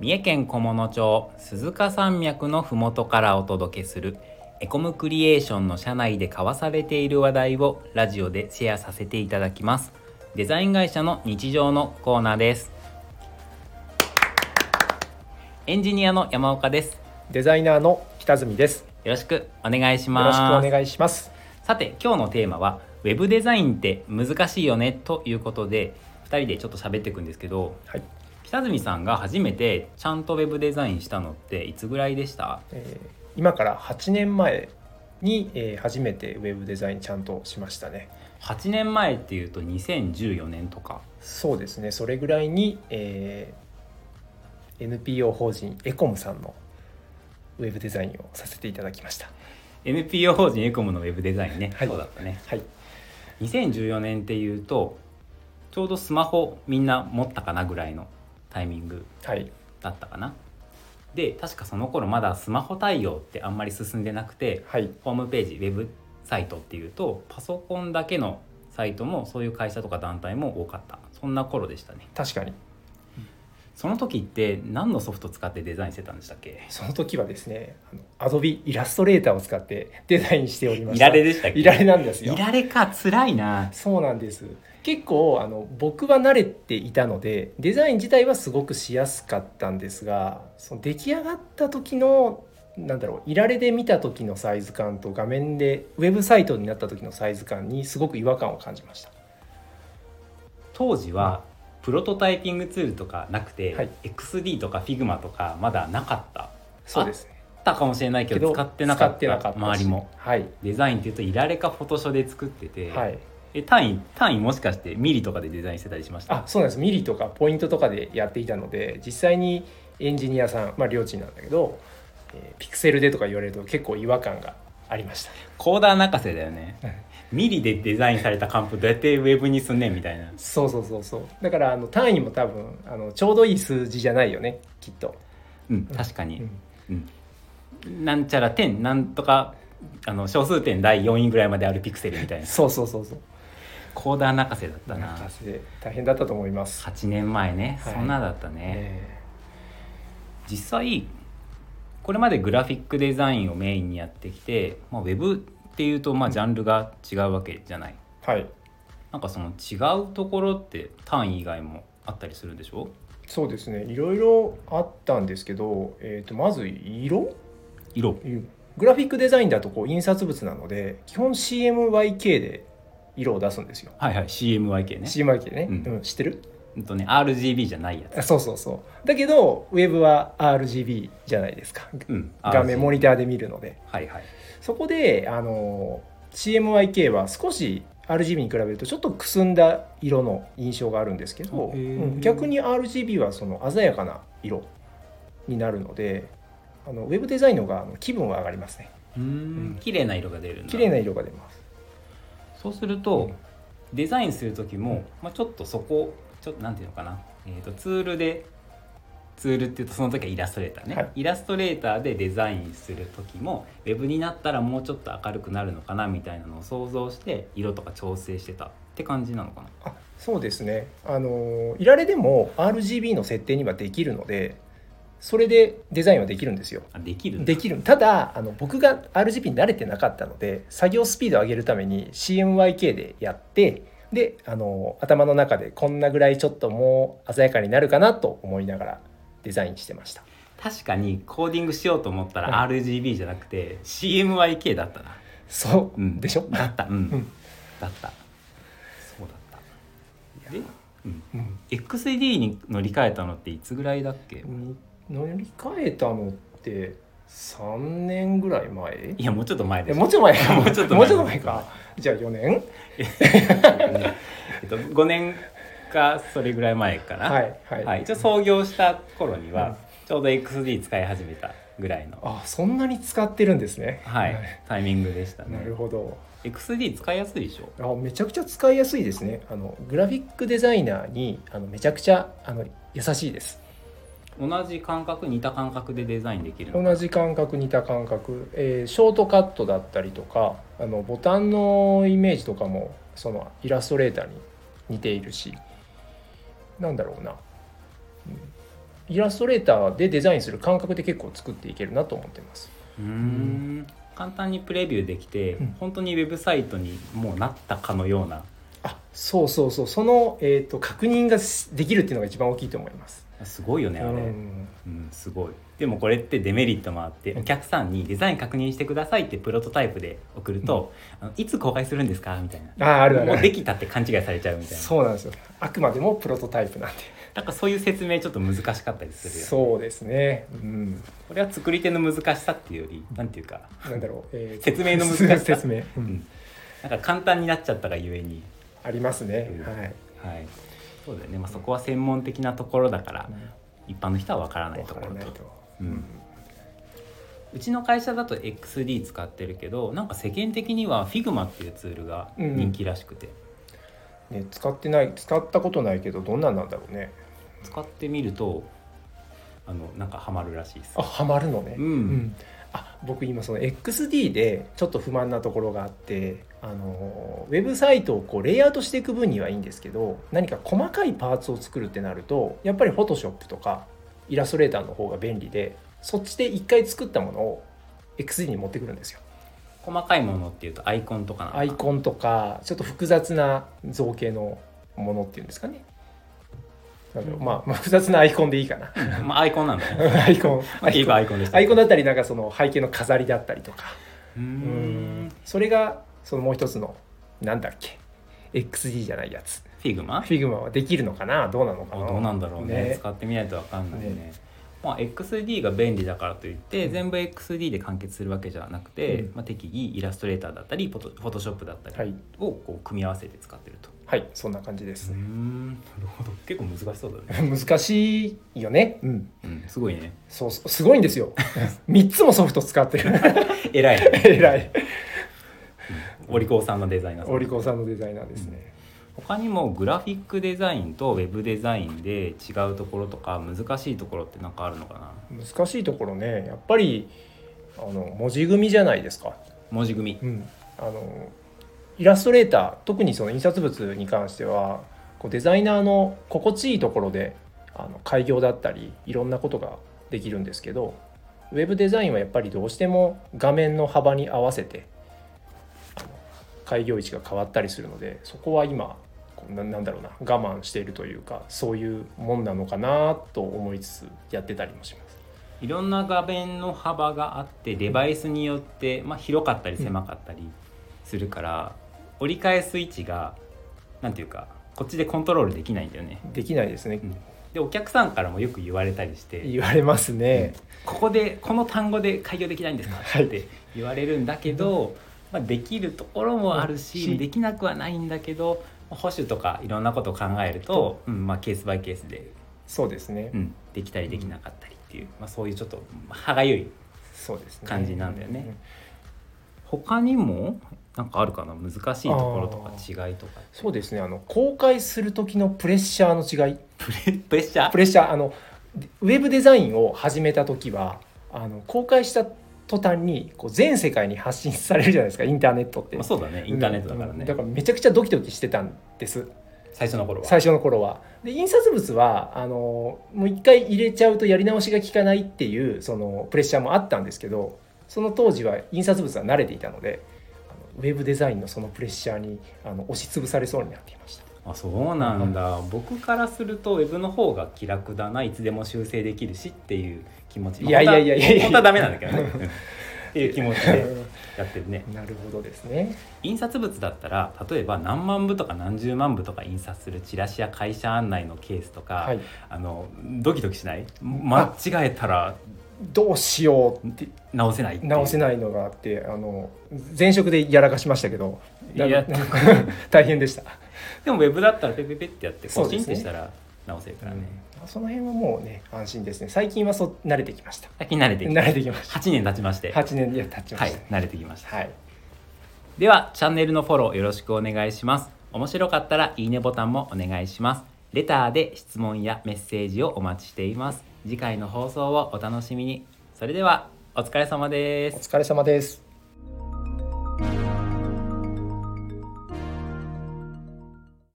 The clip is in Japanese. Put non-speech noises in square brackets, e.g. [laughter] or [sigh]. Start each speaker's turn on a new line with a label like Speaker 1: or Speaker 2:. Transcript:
Speaker 1: 三重県菰野町鈴鹿山脈のふもとからお届けするエコムクリエーションの社内で交わされている話題をラジオでシェアさせていただきますデザイン会社の日常のコーナーですエンジニアの山岡です
Speaker 2: デザイナーの北住です。よ
Speaker 1: よろしくお願いし
Speaker 2: ろ
Speaker 1: ま
Speaker 2: し
Speaker 1: す
Speaker 2: くお願いします。
Speaker 1: さて今日のテーマはウェブデザインって難しいよねということで2人でちょっと喋っていくんですけど
Speaker 2: はい、
Speaker 1: 北住さんが初めてちゃんとウェブデザインしたのっていつぐらいでした
Speaker 2: えー今から8年前に、えー初めてウェブデザインちゃんとしましたね。
Speaker 1: 8年前っていうと2014年とか
Speaker 2: そうですね。それぐらいに、えー NPO 法人エコムさんのウェブデザインをさせていただきました。
Speaker 1: NPO 法人エコムのウェブデザインね、
Speaker 2: はい
Speaker 1: そうだったね
Speaker 2: はい、
Speaker 1: 2014年っていうとちょうどスマホみんな持ったかなぐらいのタイミング
Speaker 2: はい、
Speaker 1: だったかなで確かその頃まだスマホ対応ってあんまり進んでなくて
Speaker 2: はい、
Speaker 1: ホームページウェブサイトっていうとパソコンだけのサイトもそういう会社とか団体も多かったそんな頃でしたね
Speaker 2: 確かに。
Speaker 1: その時って何のソフト使ってデザインしてたんでしたっけ
Speaker 2: その時はですね、アドビイラストレーターを使ってデザインしておりま
Speaker 1: い
Speaker 2: した。
Speaker 1: られでしたっけ
Speaker 2: いられなんですよ。
Speaker 1: いられか辛いな
Speaker 2: そうなんです結構あの僕は慣れていたのでデザイン自体はすごくしやすかったんですがその出来上がった時のなんだろういられで見た時のサイズ感と画面でウェブサイトになった時のサイズ感にすごく違和感を感じました
Speaker 1: 当時はプロトタイピングツールとかなくて、
Speaker 2: はい
Speaker 1: XD とか Figma とかまだなかったあ
Speaker 2: そうですね
Speaker 1: ったかもしれないけど使ってなかった周りも
Speaker 2: はい
Speaker 1: デザインっていうといられかフォトショーで作ってて、
Speaker 2: はい
Speaker 1: え単位単位もしかしてミリとかでデザインしてたりしました
Speaker 2: あそうなんですミリとかポイントとかでやっていたので実際にエンジニアさんまあ両親なんだけど、えーピクセルでとか言われると結構違和感がありました
Speaker 1: コーダー泣かせだよね
Speaker 2: はい
Speaker 1: ミリでデザインされたカンプどうやってウェブにすんねんみたいな
Speaker 2: そうそうそうそうだからあの単位も多分あのちょうどいい数字じゃないよねきっと、
Speaker 1: うん確か
Speaker 2: う
Speaker 1: に、
Speaker 2: ん
Speaker 1: うんなんちゃら点なんとかあの小数点第4位ぐらいまであるピクセルみたいな
Speaker 2: そうそうそうそう
Speaker 1: コーダー泣かせだったな
Speaker 2: 博士大変だったと思います、
Speaker 1: 8年前ね、
Speaker 2: はい
Speaker 1: そんなだったね、
Speaker 2: え
Speaker 1: 実際これまでグラフィックデザインをメインにやってきて、まあ、ウェブっていうとまあジャンルが違うわけじゃない、
Speaker 2: ーはい
Speaker 1: なんかその違うところって単位以外もあったりするんでしょ
Speaker 2: そうですねいろいろあったんですけど、えー、とまず色
Speaker 1: 色
Speaker 2: グラフィックデザインだとこう印刷物なので基本 CMYK で色を出すんですよ、
Speaker 1: はいはい CMYK ね
Speaker 2: CMYK ね、
Speaker 1: うん
Speaker 2: うん、知ってる
Speaker 1: うんとね RGB じゃないやつ
Speaker 2: あそうそうそうだけどウェブは RGB じゃないですか
Speaker 1: うん
Speaker 2: 画面
Speaker 1: RGB
Speaker 2: モニターで見るので
Speaker 1: はいはい
Speaker 2: そこであの CMYK は少し RGB に比べるとちょっとくすんだ色の印象があるんですけど、
Speaker 1: あへー
Speaker 2: うん逆に RGB はその鮮やかな色になるのであのウェブデザインの方があの気分は上がりますね
Speaker 1: うん綺麗な色が出るんだ
Speaker 2: 綺麗な色が出ます
Speaker 1: そうすると、
Speaker 2: うん
Speaker 1: デザインする時も、
Speaker 2: うん
Speaker 1: まあ、ちょっとそこちょっとなんていうのかな、えー、とツールでツールっていうとその時はイラストレーターね、
Speaker 2: はい
Speaker 1: イラストレーターでデザインする時もウェブになったらもうちょっと明るくなるのかなみたいなのを想像して色とか調整してたって感じなのかな
Speaker 2: あそうですねあのいられでも RGB の設定にはできるのでそれでデザインはできるんですよ
Speaker 1: あできるんだ
Speaker 2: できるただあの僕が RGB に慣れてなかったので作業スピードを上げるために CMYK でやってであの頭の中でこんなぐらいちょっともう鮮やかになるかなと思いながらデザインしてました
Speaker 1: 確かにコーディングしようと思ったら RGB じゃなくて CMYK だったな、
Speaker 2: そうう、
Speaker 1: ん、
Speaker 2: でしょ、
Speaker 1: だったうん、
Speaker 2: ん
Speaker 1: だったそうだったで、うん、
Speaker 2: うん、
Speaker 1: XD に乗り換えたのっていつぐらいだっけ
Speaker 2: 乗り換えたのって3年ぐらい前
Speaker 1: いやもうちょっと前で
Speaker 2: え
Speaker 1: す
Speaker 2: もうちょっと前か
Speaker 1: もうちょっと前
Speaker 2: もうちょっと前かじゃあ4年
Speaker 1: えっと、5年かそれぐらい前かな
Speaker 2: はいはい、
Speaker 1: はい一応創業した頃に
Speaker 2: うん
Speaker 1: はちょうど XD 使い始めたぐらいの、
Speaker 2: あそんなに使ってるんですね
Speaker 1: はい、タイミングでした
Speaker 2: な
Speaker 1: ね
Speaker 2: るほど
Speaker 1: XD 使いやすいでしょ
Speaker 2: あめちゃくちゃ使いやすいですねあのグラフィックデザイナーにあのめちゃくちゃあの優しいです
Speaker 1: 同じ感覚似た感覚でデザインできるの
Speaker 2: 同じ感覚似た感覚、えーショートカットだったりとかあのボタンのイメージとかもそのイラストレーターに似ているしなんだろうなうんイラストレーターでデザインする感覚で結構作っていけるなと思ってます。
Speaker 1: うーん簡単にプレビューできて、
Speaker 2: うん
Speaker 1: 本当にウェブサイトにもうなったかのような
Speaker 2: あそうそうそうその、えー、と確認がしできるっていうのが一番大きいと思います。
Speaker 1: すごいよねあれ、
Speaker 2: う
Speaker 1: うん
Speaker 2: ん
Speaker 1: すごいでもこれってデメリットもあってお客さんにデザイン確認してくださいってプロトタイプで送ると、あのいつ公開するんですかみたいな
Speaker 2: あーあるある
Speaker 1: も
Speaker 2: あ
Speaker 1: うで
Speaker 2: る
Speaker 1: きたって勘違いされちゃうみたいな
Speaker 2: そうなんですよあくまでもプロトタイプなんで
Speaker 1: だからそういう説明ちょっと難しかったりするよね
Speaker 2: そうですね、うん、
Speaker 1: これは作り手の難しさっていうよりなんていうか、
Speaker 2: なんだろう、えー
Speaker 1: 説明の難しさ
Speaker 2: [laughs] 説明、う、
Speaker 1: うんん、なんか簡単になっちゃったがゆえに
Speaker 2: ありますね、
Speaker 1: うん
Speaker 2: はい
Speaker 1: はいそうだよね、まあ、そこは専門的なところだから一般の人は分からない
Speaker 2: わ
Speaker 1: と
Speaker 2: か
Speaker 1: こ
Speaker 2: ら
Speaker 1: ろ
Speaker 2: ない
Speaker 1: と
Speaker 2: と、
Speaker 1: うんうちの会社だと XD 使ってるけどなんか世間的には Figma っていうツールが人気らしくて、
Speaker 2: ね、使ってない使ったことないけどどんなんなんだろうね
Speaker 1: 使ってみるとあのなんかハマるらしいです
Speaker 2: あハマるのね
Speaker 1: うん
Speaker 2: あ僕今その XD でちょっと不満なところがあってあのウェブサイトをこうレイアウトしていく分にはいいんですけど何か細かいパーツを作るってなるとやっぱり Photoshop とかイラストレーターの方が便利でそっちで一回作ったものを XD に持ってくるんですよ
Speaker 1: 細かいものっていうとアイコンとかなのか
Speaker 2: アイコンとかちょっと複雑な造形のものっていうんですかねなんだろうまあ、まあ複雑なアイコンでいいかな
Speaker 1: まあアイコンなんだね
Speaker 2: [laughs] アイコンア
Speaker 1: い
Speaker 2: イ
Speaker 1: え
Speaker 2: コン
Speaker 1: ばアイコンでした
Speaker 2: アイコンだったりなんかその背景の飾りだったりとか
Speaker 1: うーん
Speaker 2: それがそのもう一つのなんだっけ XD じゃないやつ
Speaker 1: フィグマ
Speaker 2: Figma はできるのかなどうなのか
Speaker 1: あ
Speaker 2: な
Speaker 1: どうなんだろうね
Speaker 2: ね
Speaker 1: 使ってみないと分かんないね
Speaker 2: ね
Speaker 1: まあ、XD が便利だからといって、
Speaker 2: うん
Speaker 1: 全部 XD で完結するわけじゃなくて、
Speaker 2: うん
Speaker 1: まあ、適宜イラストレーターだったりフォトフォトショップだった
Speaker 2: は
Speaker 1: り
Speaker 2: い
Speaker 1: をこう組み合わせて使ってると、
Speaker 2: はいそんな感じです、
Speaker 1: うーんなるほど結構難しそう
Speaker 2: [laughs]
Speaker 1: だね、
Speaker 2: 難しいよねうん
Speaker 1: うん、すごいね
Speaker 2: そうそうすごいんですよ [laughs] 3つもソフト使ってる [laughs]
Speaker 1: 偉いね
Speaker 2: えらい
Speaker 1: お利口さんのデザイナーさん
Speaker 2: お利口さんのデザイナーですね、
Speaker 1: 他にもグラフィックデザインとウェブデザインで違うところとか難しいところって何かあるのかな
Speaker 2: 難しいところねやっぱりあの文字組みじゃないですか
Speaker 1: 文字組み
Speaker 2: うん、あのイラストレーター特にその印刷物に関してはこうデザイナーの心地いいところであの開業だったりいろんなことができるんですけどウェブデザインはやっぱりどうしても画面の幅に合わせてあの開業位置が変わったりするのでそこは今こうななんだろうな我慢しているというかそういうもんなのかなと思いつつやってたりもします。
Speaker 1: いろんな画面の幅があってデバイスによって、まあ、広かったり狭かったりするから、折り返す位置がなんていうかこっちでコントロールできないんだよね。
Speaker 2: できないですね、
Speaker 1: うんでお客さんからもよく言われたりして
Speaker 2: 言われますね。
Speaker 1: 「ここでこの単語で開業できないんですか?」
Speaker 2: はい
Speaker 1: って言われるんだけど、まあ、できるところもあるし、
Speaker 2: うん
Speaker 1: できなくはないんだけどまあ保守とかいろんなことを考えると、うんまあ、ケースバイケースで、
Speaker 2: そうですね、
Speaker 1: うん、できたりできなかったりっていう、まあ、そういうちょっと歯がゆい
Speaker 2: そうですね
Speaker 1: 感じなんだよね他にもなんかあるかな難しいところとか
Speaker 2: あ
Speaker 1: 違いとか
Speaker 2: そうですねあの公開する時のプレッシャーの違い
Speaker 1: プレプレッシャ
Speaker 2: プ
Speaker 1: ー
Speaker 2: レッシャーあのウェブデザインを始めた時はあの公開した途端にこう全世界に発信されるじゃないですかインターネットって
Speaker 1: まあ、そうだねインターネットだから
Speaker 2: うんう
Speaker 1: ね
Speaker 2: んだからめちゃくちゃドキドキしてたんです
Speaker 1: 最初の頃は
Speaker 2: 最初の頃は。で印刷物はあのもう一回入れちゃうとやり直しが効かないっていうそのプレッシャーもあったんですけどその当時は印刷物は慣れていたのであのウェブデザインのそのプレッシャーにあの押しつぶされそうになっていました。
Speaker 1: あそうなんだ、僕からするとウェブの方が気楽だないつでも修正できるしっていう気持ち
Speaker 2: いやいやいやいやいや
Speaker 1: 本当は本当はダメなんだけどね [laughs] うんっていう気持ちでやってるね
Speaker 2: なるほどですね。
Speaker 1: 印刷物だったら例えば何万部とか何十万部とか印刷するチラシや会社案内のケースとか、
Speaker 2: はい、
Speaker 1: あのドキドキしない間違えたら
Speaker 2: どうしよう
Speaker 1: 直せないっていう
Speaker 2: 直せないのがあってあの前職でやらかしましたけど
Speaker 1: いや
Speaker 2: [laughs] 大変でした。
Speaker 1: でもウェブだったらペペペってやって
Speaker 2: そ
Speaker 1: 更
Speaker 2: うで
Speaker 1: 新っ
Speaker 2: す
Speaker 1: て
Speaker 2: ね
Speaker 1: したら直せるからね
Speaker 2: その辺はもうね安心ですね最近はそ慣れてきました
Speaker 1: 最近慣れてき
Speaker 2: 慣
Speaker 1: た
Speaker 2: れてきました
Speaker 1: 8年経ちまして
Speaker 2: 8年いや経ちま
Speaker 1: はい
Speaker 2: した、
Speaker 1: 慣れてきました
Speaker 2: はい、
Speaker 1: ではチャンネルのフォローよろしくお願いします面白かったらいいねボタンもお願いしますレターで質問やメッセージをお待ちしています次回の放送をお楽しみにそれではお疲れ様です
Speaker 2: お疲れ様です。